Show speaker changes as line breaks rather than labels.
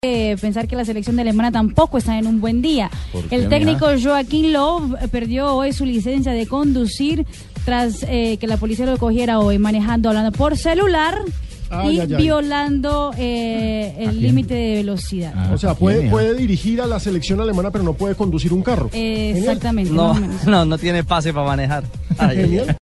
de Eh, pensar que la selección de alemana tampoco está en un buen día. El técnico Joaquín Lowe perdió hoy su licencia de conducir tras eh, que la policía lo cogiera hoy manejando, hablando por celular.
Ay,
y
ay, ay.
violando eh, el límite de velocidad.
O sea, puede, puede dirigir a la selección alemana, pero no puede conducir un carro.
Eh, exactamente. más
No,
o menos.
no, no tiene pase para manejar. Ay, ay, ay.
Genial.